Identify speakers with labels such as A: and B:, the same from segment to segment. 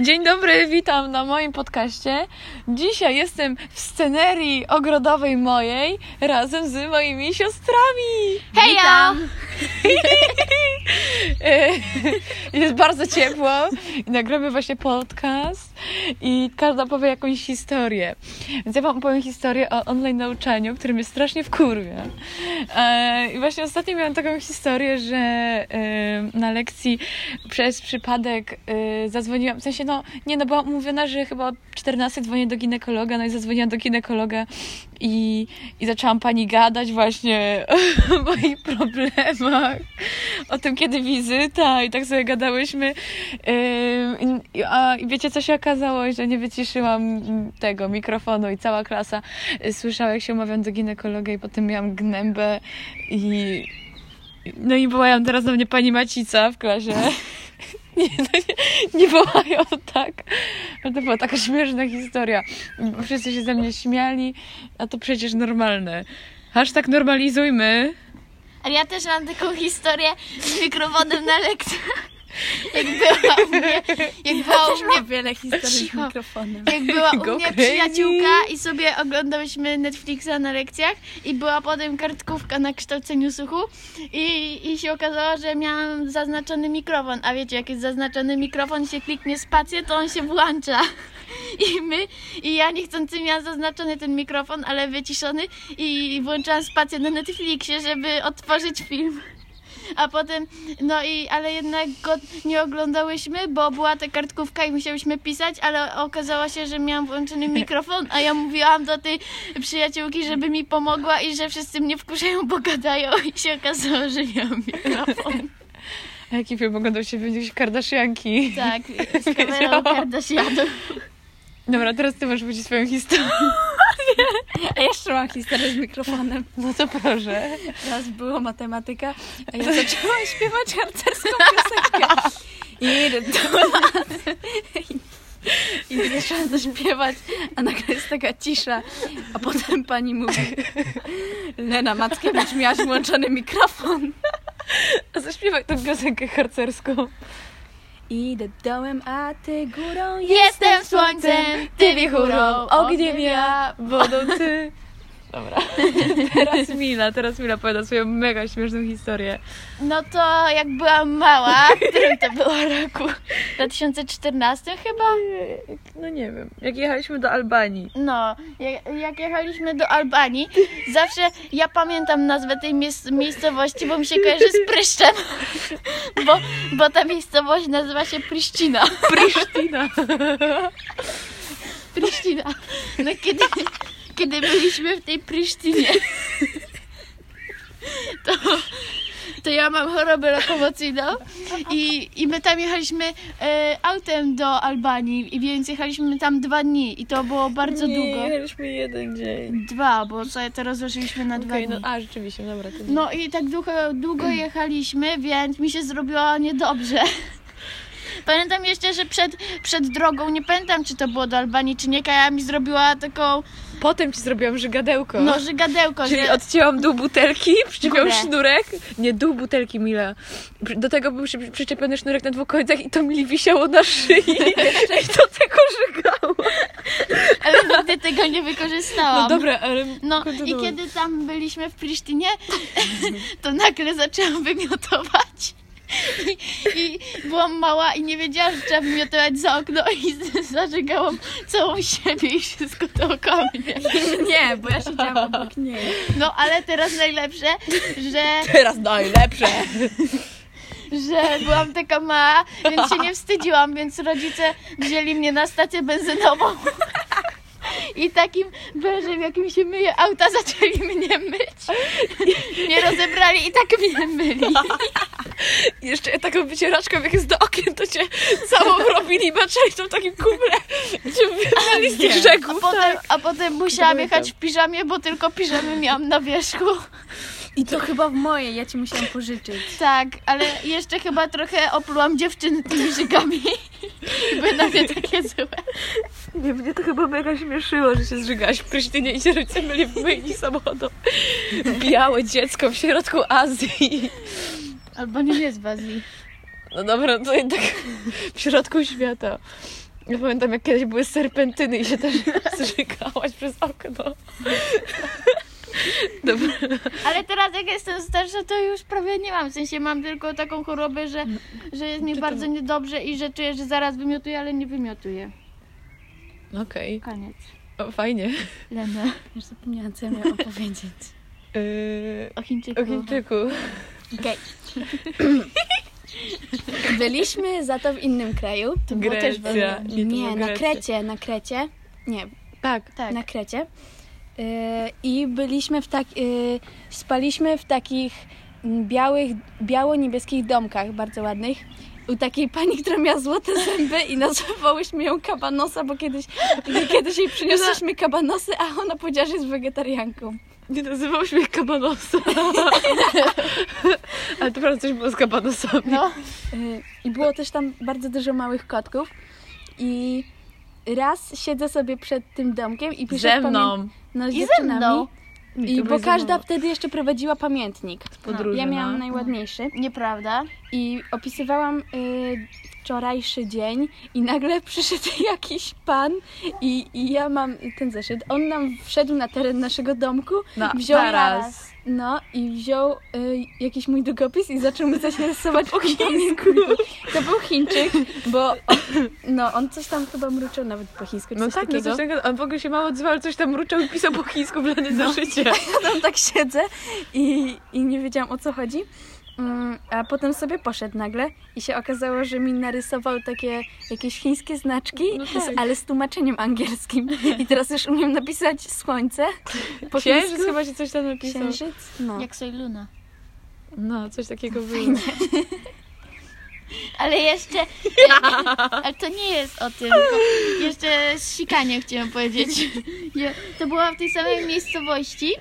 A: Dzień dobry, witam na moim podcaście. Dzisiaj jestem w scenerii ogrodowej mojej razem z moimi siostrami.
B: Heja!
A: E, Jest bardzo ciepło i nagramy właśnie podcast i każda powie jakąś historię. Więc ja wam opowiem historię o online nauczaniu, który mnie strasznie wkurwia. E, I właśnie ostatnio miałam taką historię, że e, na lekcji przez przypadek e, zadzwoniłam, w sensie no, nie no, byłam umówiona, że chyba o 14 dzwonię do ginekologa, no i zadzwoniłam do ginekologa i, i zaczęłam pani gadać właśnie o moich problemach o tym, kiedy wizyta i tak sobie gadałyśmy. Ym, i- a i wiecie, co się okazało, że nie wyciszyłam tego mikrofonu i cała klasa y, słyszała, jak się umawiam do ginekologa i potem miałam gnębę i... No i wołają teraz na mnie pani Macica w klasie. Nie, no nie, nie wołają tak. Ale to była taka śmieszna historia. Wszyscy się ze mnie śmiali, a to przecież normalne. Hashtag normalizujmy.
B: Ale ja też mam taką historię z mikrofonem na lekcjach. Jak była u mnie, jak była u mnie,
C: wiele historii
B: Cicho.
C: z mikrofonem.
B: jak była
A: No. Go
B: u mnie
A: crazy.
B: przyjaciółka i sobie oglądałyśmy Netflixa na lekcjach i była potem kartkówka na kształceniu słuchu i, i się okazało, że miałam zaznaczony mikrofon, a wiecie, jak jest zaznaczony mikrofon, się kliknie spację, to on się włącza. I my, i ja niechcący miałam zaznaczony ten mikrofon, ale wyciszony i włączałam spację na Netflixie, żeby otworzyć film. A potem, no i, ale jednak go nie oglądałyśmy, bo była ta kartkówka i musiałyśmy pisać, ale okazało się, że miałam włączony mikrofon, a ja mówiłam do tej przyjaciółki, żeby mi pomogła i że wszyscy mnie wkurzają, bo gadają i się okazało, że miałam mikrofon.
A: A jaki film oglądał się w jakiejś Kardashianki?
B: Tak, z kamerą Kardashianów.
A: Dobra, teraz ty możesz powiedzieć swoją historię.
C: A jeszcze mam historię z mikrofonem.
A: No to proszę.
C: Raz było matematyka, a ja zaczęłam śpiewać harcerską piosenkę. I I I zaczęłam zaśpiewać, a nagle jest taka cisza. A potem pani mówi Lena Mackiewicz, miałaś włączony mikrofon.
A: A zaśpiewaj tą piosenkę harcerską.
C: Idę dołem, a ty górą
B: Jestem słońcem, ty wichurą,
A: ogniem ja, wodą ty. Dobra. Teraz Mila, teraz Mila powiada swoją mega śmieszną historię.
B: No to jak byłam mała, w którym to było roku? W 2014 chyba?
A: No nie wiem, jak jechaliśmy do Albanii.
B: No, jak, jak jechaliśmy do Albanii, zawsze ja pamiętam nazwę tej mies- miejscowości, bo mi się kojarzy z pryszczem. Bo, bo ta miejscowość nazywa się Priszcina.
A: Prisztina.
B: Priszcina. No kiedy, kiedy byliśmy w tej Priszcinie, to, to ja mam chorobę lokomocyjną i, i my tam jechaliśmy e, autem do Albanii, i więc jechaliśmy tam dwa dni i to było bardzo
A: nie,
B: długo.
A: jechaliśmy jeden dzień.
B: Dwa, bo sobie to rozłożyliśmy na dwa
A: Okej,
B: dni.
A: no a rzeczywiście, dobra. To
B: No i tak długo, długo jechaliśmy, więc mi się zrobiło niedobrze. Pamiętam jeszcze, że przed, przed drogą, nie pamiętam czy to było do Albanii czy nie, Kaja mi zrobiła taką,
A: Potem ci zrobiłam żygadełko.
B: no, że gadełko,
A: Czyli
B: że...
A: odcięłam dół butelki, przyczepiłam
B: Górę.
A: sznurek. Nie, dół butelki, Mila. Przy- Do tego był przy- przyczepiony sznurek na dwóch końcach i to Mili wisiało na szyi. I to tak tego żygało.
B: ale nigdy tego nie wykorzystałam.
A: No dobra, ale...
B: No i
A: kontynuuj.
B: kiedy tam byliśmy w Prisztynie, to nagle zaczęłam wymiotować. I, I byłam mała i nie wiedziałam, że trzeba wymiotować za okno i z- zażygałam całą siebie i wszystko dookoła mnie.
C: Nie, bo ja siedziałam obok niej.
B: No ale teraz najlepsze, że,
A: Teraz najlepsze.
B: że byłam taka mała, więc się nie wstydziłam, więc rodzice wzięli mnie na stację benzynową. I takim wężem, jakim się myje auta, zaczęli mnie myć. Nie rozebrali i tak mnie myli.
A: Jeszcze taką wycieraczką, jak jest do okien, to cię całą robili baczeli w takim kumle. Cię wymyli z tych
C: Nie.
B: A
A: rzeków.
B: potem, a potem musiałam
A: Pamiętam.
B: jechać w piżamie, bo tylko piżamy miałam na wierzchu.
C: I to chyba w moje, ja ci musiałam pożyczyć.
B: Tak, ale jeszcze chyba trochę oplułam dziewczyny tymi żygami. I były na mnie takie złe.
A: Nie, mnie to chyba mega śmieszyło, że się zżygałaś w prysztynie i się rodzice myli w myjni samochodu. Białe dziecko w środku Azji.
B: Albo nie jest w Azji.
A: No dobra, to jednak w środku tak świata. Ja pamiętam, jak kiedyś były serpentyny i się też zrzekałaś przez okno. Dobra.
B: Ale teraz jak jestem starsza, to już prawie nie mam. W sensie mam tylko taką chorobę, że, że jest mi
A: Czy to-
B: bardzo niedobrze i że czuję, że zaraz wymiotuję, ale nie wymiotuję.
A: Okej,
B: Koniec.
A: O, fajnie.
B: Lena.
C: Już zapomniałam, co ja miałam opowiedzieć.
A: Yy,
B: O Chińczyku.
A: o Chińczyku.
C: Okej. Byliśmy za to w innym kraju. E,
B: To było też
A: Grecja. Nie,
B: wolne.
A: to
C: No, Nie,
A: była
C: na
A: Grecja.
C: Krecie, na Krecie. Nie,
A: Tak.
B: Tak.
C: na Krecie. Yy, I byliśmy w tak... Yy, spaliśmy w takich mm, białych, biało-niebieskich domkach, bardzo ładnych. U takiej pani, która miała złote zęby i nazywałyśmy ją kabanosa, bo kiedyś, kiedyś jej przyniosłyśmy kabanosy, a ona powiedziała, że jest wegetarianką.
A: Nie nazywał się kabanosa. Ale to prawda, coś było z kabanosami.
B: No,
C: Y, I było też tam bardzo dużo małych kotków. I raz siedzę sobie przed tym domkiem i piszę
A: Ze
C: w pamię-
A: mną.
C: No, z
B: I ze
C: dziewczynami.
B: mną.
A: to
C: I
A: było
C: bo
A: ze
C: każda
A: mną.
C: wtedy jeszcze prowadziła pamiętnik.
A: Podróże,
C: ja miałam
A: no.
C: najładniejszy.
B: nieprawda.
C: I opisywałam y, wczorajszy dzień i nagle przyszedł jakiś pan i, i ja mam ten zeszyt. On nam wszedł na teren naszego domku,
A: Na
C: wziął
A: taras.
C: no i wziął y, jakiś mój długopis i zaczął mi coś rysować po chińsku. To był Chińczyk, bo on, no on coś tam chyba mruczał nawet po chińsku, czy
A: No
C: coś
A: tak, no
C: takiego.
A: coś takiego. On w ogóle się mało odzywał, ale coś tam mruczał i pisał po chińsku w lanie
C: No.
A: za życie.
C: tam tak siedzę i, i nie wiedziałam o co chodzi. Mm, A potem sobie poszedł nagle i się okazało, że mi narysował takie jakieś chińskie znaczki,
A: No tak.
C: z- ale z tłumaczeniem angielskim. I teraz już umiem napisać słońce. Po
A: Księżyc
C: chińsku.
A: chyba się coś tam napisał.
C: Księżyc? No.
B: Jak Soy Luna.
A: No, coś takiego było.
B: Ale jeszcze... Ale to nie jest o tym. tylko Jeszcze sikanie chciałam powiedzieć. Ja- To była w tej samej miejscowości,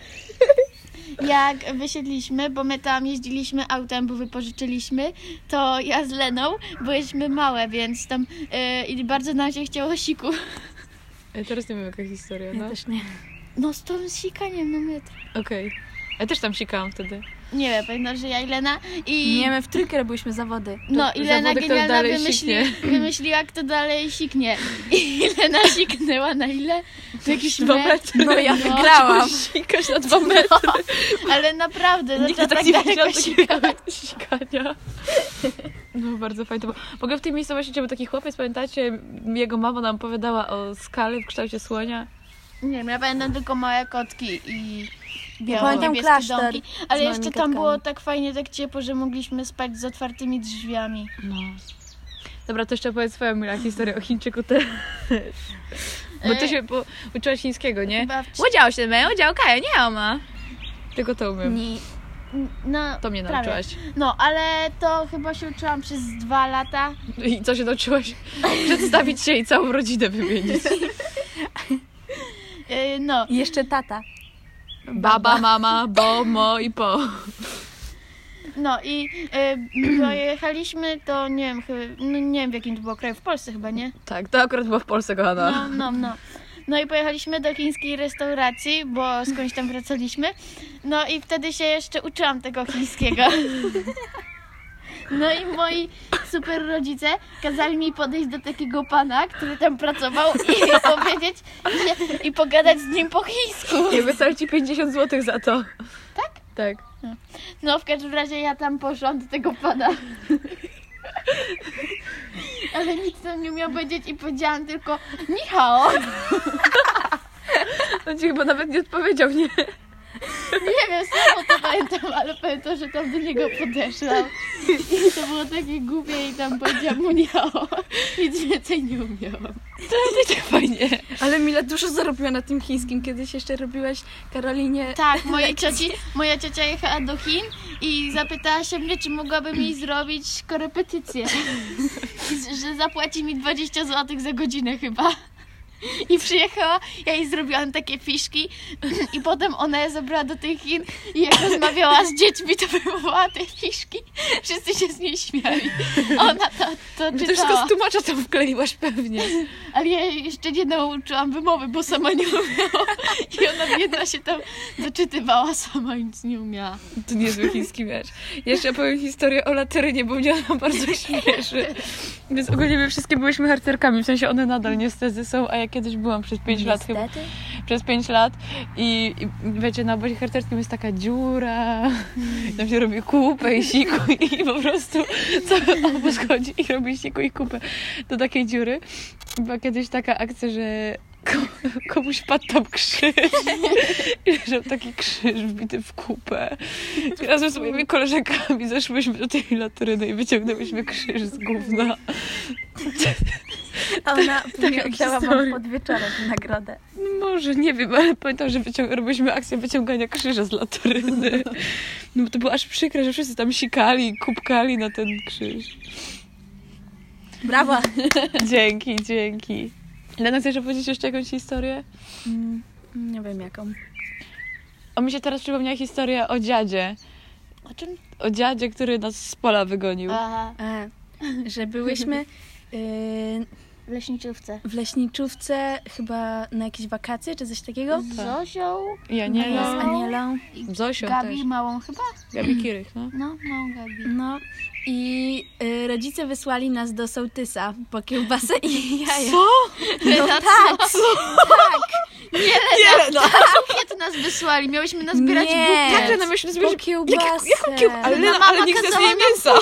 B: jak wysiedliśmy, bo my tam jeździliśmy autem, bo wypożyczyliśmy, to ja z Leną byliśmy małe, więc tam e, i bardzo nam się chciało siku.
A: Ja teraz nie wiem, jaka historia,
C: Ja
A: no.
C: też nie.
B: No z tym sikaniem na metr.
A: Okej. Ja też tam sikałam wtedy.
B: Nie wiem, pamiętam, że ja i Lena i...
C: Nie, my w trójkę robiłyśmy zawody.
B: No, i Lena
A: zawody, kto
B: genialna
A: dalej
B: wymyśli, wymyśliła, kto dalej siknie. I Lena siknęła na ile? To jakiś
A: Dwa
B: metr.
A: metry.
C: No ja No.
B: No.
C: wygrałam.
A: Sikasz na dwa metry.
B: Ale naprawdę,
C: No,
A: Nikt
B: zaczęła
A: tak
B: tak
A: nie wiedział
B: daleko sikać.
A: takiego sikania. No bardzo fajnie to było. W ogóle w tej miejscowości gdzie był taki chłopiec, pamiętacie? Jego mama nam opowiadała o skale w kształcie słonia. tak-
B: Nie wiem, ja pamiętam tylko małe kotki i
C: Pamiętam
B: biało-niebieskie
C: klasztor
B: domki.
C: z
B: Ale
C: małymi
B: jeszcze tam
C: kotkami.
B: było tak fajnie, tak ciepło, że mogliśmy spać z otwartymi drzwiami.
A: No. Dobra, to jeszcze powiedz swoją Mila historię o Chińczyku też. Bo ty
B: E,
A: się po... uczyłaś chińskiego, nie?
B: Chyba w...
A: Udział się my, udział kaja, nie ma. Tylko to umiem.
C: Nie.
B: No,
A: To mnie
B: prawie.
A: nauczyłaś.
B: No, ale to chyba się uczyłam przez dwa lata.
A: I co się nauczyłaś? Przedstawić się i całą rodzinę wymienić.
B: E, No,
C: I jeszcze tata.
A: Baba, mama, bo, mo i po.
B: No i e, pojechaliśmy, to nie wiem, chy- no, nie wiem w jakim to było kraju, w Polsce chyba, nie?
A: Tak, to akurat było w Polsce, kochana.
B: No, no, no. No i pojechaliśmy do chińskiej restauracji, bo skądś tam wracaliśmy. No i wtedy się jeszcze uczyłam tego chińskiego. No i moi super rodzice kazali mi podejść do takiego pana, który tam pracował i powiedzieć i, i pogadać z nim po chińsku.
A: I wysłali ci 50 zł za to. Tak? Tak.
B: No, w każdym razie ja tam poszłam do tego pana. Ale nic tam nie umiał powiedzieć i powiedziałam tylko Michał.
A: On ci chyba nawet nie odpowiedział, nie?
B: Nie wiem, samo to pamiętam, ale pamiętam, że tam do niego podeszłam. I to było takie głupie i tam powiedziałam mu Michał. Nic więcej nie umiałam.
A: Tak fajnie.
C: Ale Mila dużo zarobiła na tym chińskim. Kiedyś jeszcze robiłaś Karolinie
B: Tak, mojej cioci, moja ciocia jechała do Chin i zapytała się mnie, czy mogłabym jej zrobić korepetycję. I Że zapłaci mi 20 zł za godzinę chyba. I przyjechała, ja jej zrobiłam takie fiszki i potem ona je zabrała do tych Chin i jak rozmawiała z dziećmi, to wywołała te fiszki. Wszyscy się z niej śmiali. A Ona to, to
A: Ty wszystko
B: czytała,
A: z tłumacza to wkleiłaś pewnie.
B: ale ja jej jeszcze nie nauczyłam wymowy, bo sama nie umiała. I ona biedna się tam doczytywała sama, nic nie umiała.
A: To niezły chiński mecz. Jeszcze opowiem historię o laterynie, bo mnie ona bardzo śmieszy. Więc ogólnie my wszystkie byliśmy harcerkami, w sensie one nadal niestety są, a ja kiedyś byłam przez 5 lat chyba.
C: Niestety.
A: Przez 5 lat i, i wiecie, na obozie harcerskim jest taka dziura, tam się robi kupę i siku i po prostu cały obóz chodzi i robi siku i kupę do takiej dziury. Była kiedyś taka akcja, że ko- komuś padł tam krzyż i leżał taki krzyż wbity w kupę. I razem z moimi koleżankami zeszłyśmy do tej latryny i wyciągnęłyśmy krzyż z gówna.
C: A ona później
A: taka
C: oddała wam
A: historia.
C: pod wieczorem nagrodę.
A: No może, nie wiem, ale pamiętam, że wycią- robiliśmy akcję wyciągania krzyża z latoryny. No bo to było aż przykre, że wszyscy tam sikali i kubkali na ten krzyż.
C: Brawa!
A: Dzięki, dzięki. Lena, chcesz opowiedzieć jeszcze jakąś historię?
C: Mm, nie wiem jaką.
A: O, mi się teraz przypomniała historia o dziadzie.
B: O czym?
A: O dziadzie, który nas z pola wygonił.
B: A,
C: A, E, że byłyśmy y,
B: w leśniczówce.
C: w leśniczówce chyba na jakieś wakacje czy coś takiego.
B: Z No tak. Zosią
A: Ja
C: Nie,
A: nie
C: z
A: no.
C: Anielą.
A: Zosią
B: Gabi
A: też.
B: małą chyba?
A: Gabi Kirych, no.
B: No, małą Gabi.
C: No i y, rodzice wysłali nas do sołtysa po kiełbasę i jaja.
A: Co?
B: No, tak, co?
A: Nie, no.
B: Kiedy nas wysłali? Miałyśmy nazbierać
C: Nie.
B: bukiet.
A: Jak Lena, myśmy
C: Po
A: zbierać...
C: kiełbasę.
A: Jaką kiełbasę? Ale,
B: No,
A: Lena,
B: mama
A: ale nikt z nas
B: kazała
A: nie
B: nam
A: mięsa.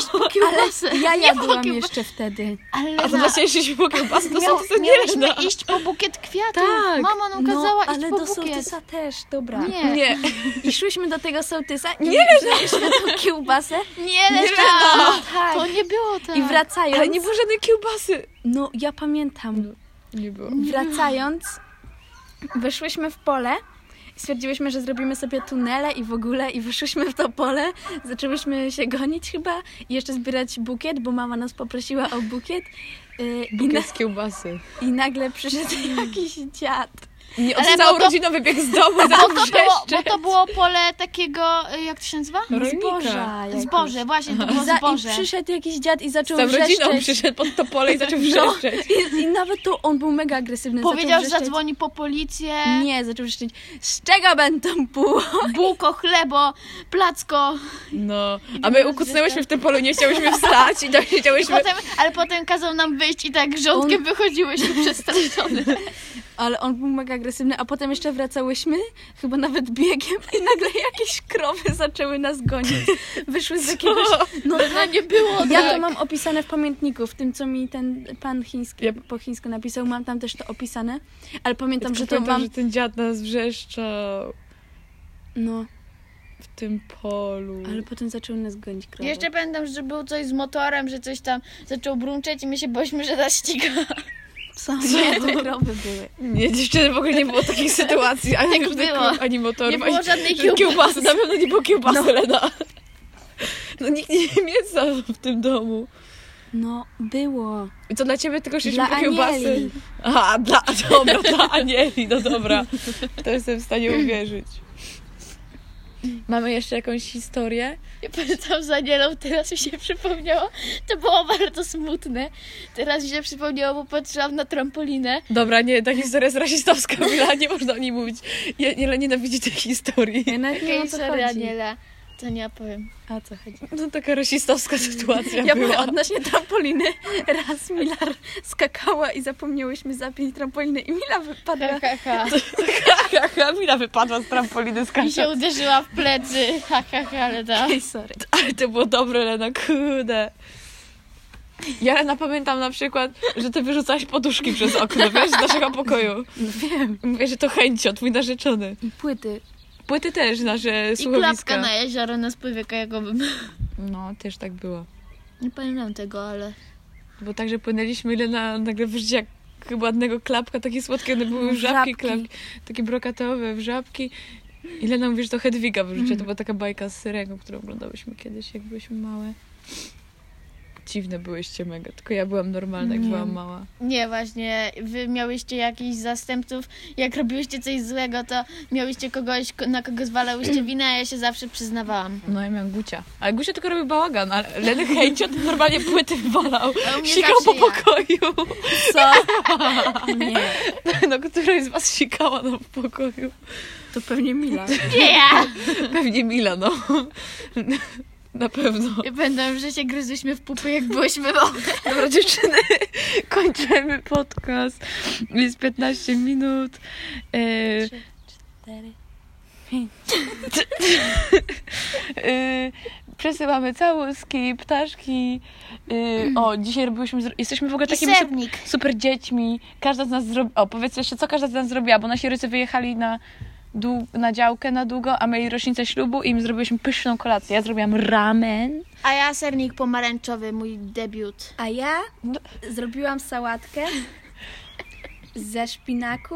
B: Ale
C: Jaja
B: po
C: byłam
B: kiełba-
C: jeszcze wtedy.
B: Ale
A: A to
B: Lena,
A: właśnie, jeśli się po kiełbasę, to są
B: miał,
A: to co nie
B: miałyśmy
A: Lena.
B: iść po bukiet kwiatów.
A: Tak.
B: Mama nam kazała
C: no,
B: iść
C: ale
B: po
C: do
B: bukiet.
C: sołtysa też, dobra.
B: Nie, nie,
A: Nie.
C: I szłyśmy do tego sołtysa i wzięliśmy tą kiełbasę
B: Lena.
A: Lena.
C: tak.
B: To nie było tak.
C: i wracając...
A: Ale nie było żadnej kiełbasy.
C: No, ja pamiętam.
A: Nie było.
C: Wracając, wyszłyśmy w pole, stwierdziłyśmy, że zrobimy sobie tunele i w ogóle, i wyszłyśmy w to pole, zaczęłyśmy się gonić chyba i jeszcze zbierać bukiet, bo mama nas poprosiła o bukiet. Yy, i, na,
A: Bez kiełbasy.
C: I nagle przyszedł jakiś dziad.
A: Nie,
B: Ale
A: on z całą
B: bo to-
A: rodziną wybiegł z domu,
B: Bo
A: za
B: to, było, bo to było pole takiego, y, jak to się nazywa?
A: Rolnika.
C: Zboża. jakoś.
B: Zboże, właśnie, to było
C: I, za, I
B: zboże.
C: przyszedł jakiś dziad i
A: Z
C: zaczął
A: całą rodziną
C: wrzeszczeć.
A: przyszedł pod to pole i zaczął
C: No,
A: wrzeszczeć.
C: i, I nawet to on był mega agresywny.
B: Powiedział, że
C: zaczął wrzeszczeć.
B: zadzwoni po policję.
C: Nie, zaczął wrzeszczeć. Z czego będą pół?
B: Bułko, chlebo, placko.
A: No, a my ukucnęłyśmy w tym polu, nie chciałyśmy wstać i tam siedziałyśmy...
B: Potem, ale potem kazał nam wyjść i tak rządkiem
C: On-
B: wychodziłyśmy przestraszone.
C: Ale on był mega agresywny, a potem jeszcze wracałyśmy, chyba nawet biegiem i nagle jakieś krowy zaczęły nas gonić. Wyszły z jakiegoś... No,
B: No nie było tak.
C: ja to mam opisane w pamiętniku, w tym co mi ten pan chiński
A: Ja-
C: po chińsku napisał, mam tam też to opisane, ale pamiętam,
A: Tylko
C: że to
A: pamiętam,
C: mam...
A: że ten dziad nas wrzeszczał
C: No,
A: w tym polu.
C: ale potem zaczęły nas gonić krowy.
B: Jeszcze pamiętam, że był coś z motorem, że coś tam zaczął brunczeć i my się bośmy, że nas ściga.
C: Co? Nie, to krowy były.
A: Nie, dziewczyny, w ogóle nie było takich sytuacji. Ani,
B: Tak
A: żadnych
B: było.
A: krów, ani motorów,
B: Nie było
A: ani
B: żadnej
A: żadnej
B: kiełbasy.
A: kiełbasy. Na pewno nie było kiełbasy, Lena. No nikt nie je mięsa w tym domu.
C: No, było.
A: I to dla ciebie tylko szliśmy
C: Dla
A: po kiełbasy.
C: Anieli.
A: Aha, dla, dobra, dla Anieli, no dobra. To jestem w stanie uwierzyć. Mm. Mamy jeszcze jakąś historię?
B: Ja pamiętam za Anielą, teraz mi się przypomniało. To było bardzo smutne. Teraz mi się przypomniało, bo patrzyłam na trampolinę.
A: Dobra, nie, ta historia jest rasistowska, Mila, nie można o niej mówić. Ja, Aniela nienawidzi tej historii.
C: Ja nawet nie
B: Okej,
C: wiem, o co
B: sorry
C: chodzi.
B: Aniela. To nie opowiem.
C: A o co chodzi?
A: No taka rasistowska sytuacja
C: Ja byłem
A: była.
C: odnośnie trampoliny. Raz Milar skakała i zapomniałyśmy zapiąć trampolinę i Mila
B: Ha,
C: wypadła.
B: ha, ha.
A: Aha, Mila wypadła z trampoliny z
B: I się
A: kasza.
B: uderzyła w plecy. Ha, ha, ha, ale da.
C: Ej, sorry.
A: Ale to było dobre, Lena, kude. Ja, Lena, pamiętam na przykład, że ty wyrzucałaś poduszki przez okno, wiesz, z naszego pokoju.
B: No
C: Wiem.
A: Mówię, że to chęcio, twój narzeczony.
C: I płyty.
A: Płyty też nasze
B: I
A: słuchowiska.
B: klapka na jezioro na spływie kajagowym.
A: No, też tak było.
B: Nie pamiętam tego, ale...
A: Bo także płynęliśmy ile na nagle wyżycie jak chyba ładnego klapka, takie słodkie, one były żabki,
C: Żabki.
A: klapki, takie brokatowe, żabki. Ile nam wiesz, to
B: Mm.
A: Hedwiga wyrzuciła, to była taka bajka z Syreną, którą oglądałyśmy kiedyś, jak byliśmy małe. dziwne byłyście mega, tylko ja byłam normalna, jak
B: Nie. Mm.
A: byłam mała.
B: Nie, właśnie, wy miałyście jakichś zastępców, jak robiłyście coś złego, to miałyście kogoś, ko- na kogo zwalałyście winę, a ja się zawsze przyznawałam.
A: No ja miałam Gucia. Ale Gucia tylko robił bałagan, ale Leny Hejcio to normalnie płyty wywalał.
B: A u mnie
A: Sikał po
B: zawsze ja.
A: pokoju.
C: Co? Nie,
A: No, któraś z was sikała no, w pokoju.
C: to pewnie Mila.
B: Nie ja!
A: Pewnie Mila, no. Na pewno.
B: Ja Pamiętam, że się gryzłyśmy w pupy, jak byłyśmy małe.
A: Dobra, dziewczyny, kończymy podcast. Jest 15 minut. E, e, przesyłamy całuski, ptaszki. E, o, dzisiaj robiłyśmy... zro- Jesteśmy w ogóle
B: I
A: takimi super,
B: sernik.
A: super dziećmi. Każda z nas zrobiła... O, powiedz jeszcze, co każda z nas zrobiła, bo nasi rodzice wyjechali na... dłu- Na działkę na długo, a mieli rocznicę ślubu i im zrobiłyśmy pyszną kolację. Ja zrobiłam ramen.
B: A ja sernik pomarańczowy, mój debiut.
C: A ja zrobiłam sałatkę ze szpinaku.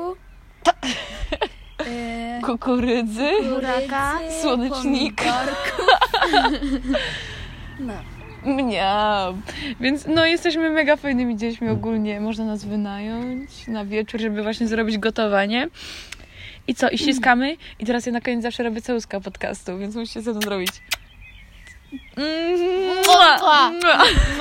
C: Yy,
A: Kukurydzy.
B: Buraka,
C: kukurydzy,
A: słonecznika.
C: pomidorków. No.
A: Mniam. Więc no jesteśmy mega fajnymi dziećmi ogólnie. Można nas wynająć na wieczór, żeby właśnie zrobić gotowanie. I co? I ściskamy. I teraz ja na koniec zawsze robię całuska podcastu, więc musicie ze mną zrobić. Mua!
B: Opa!
A: Mua!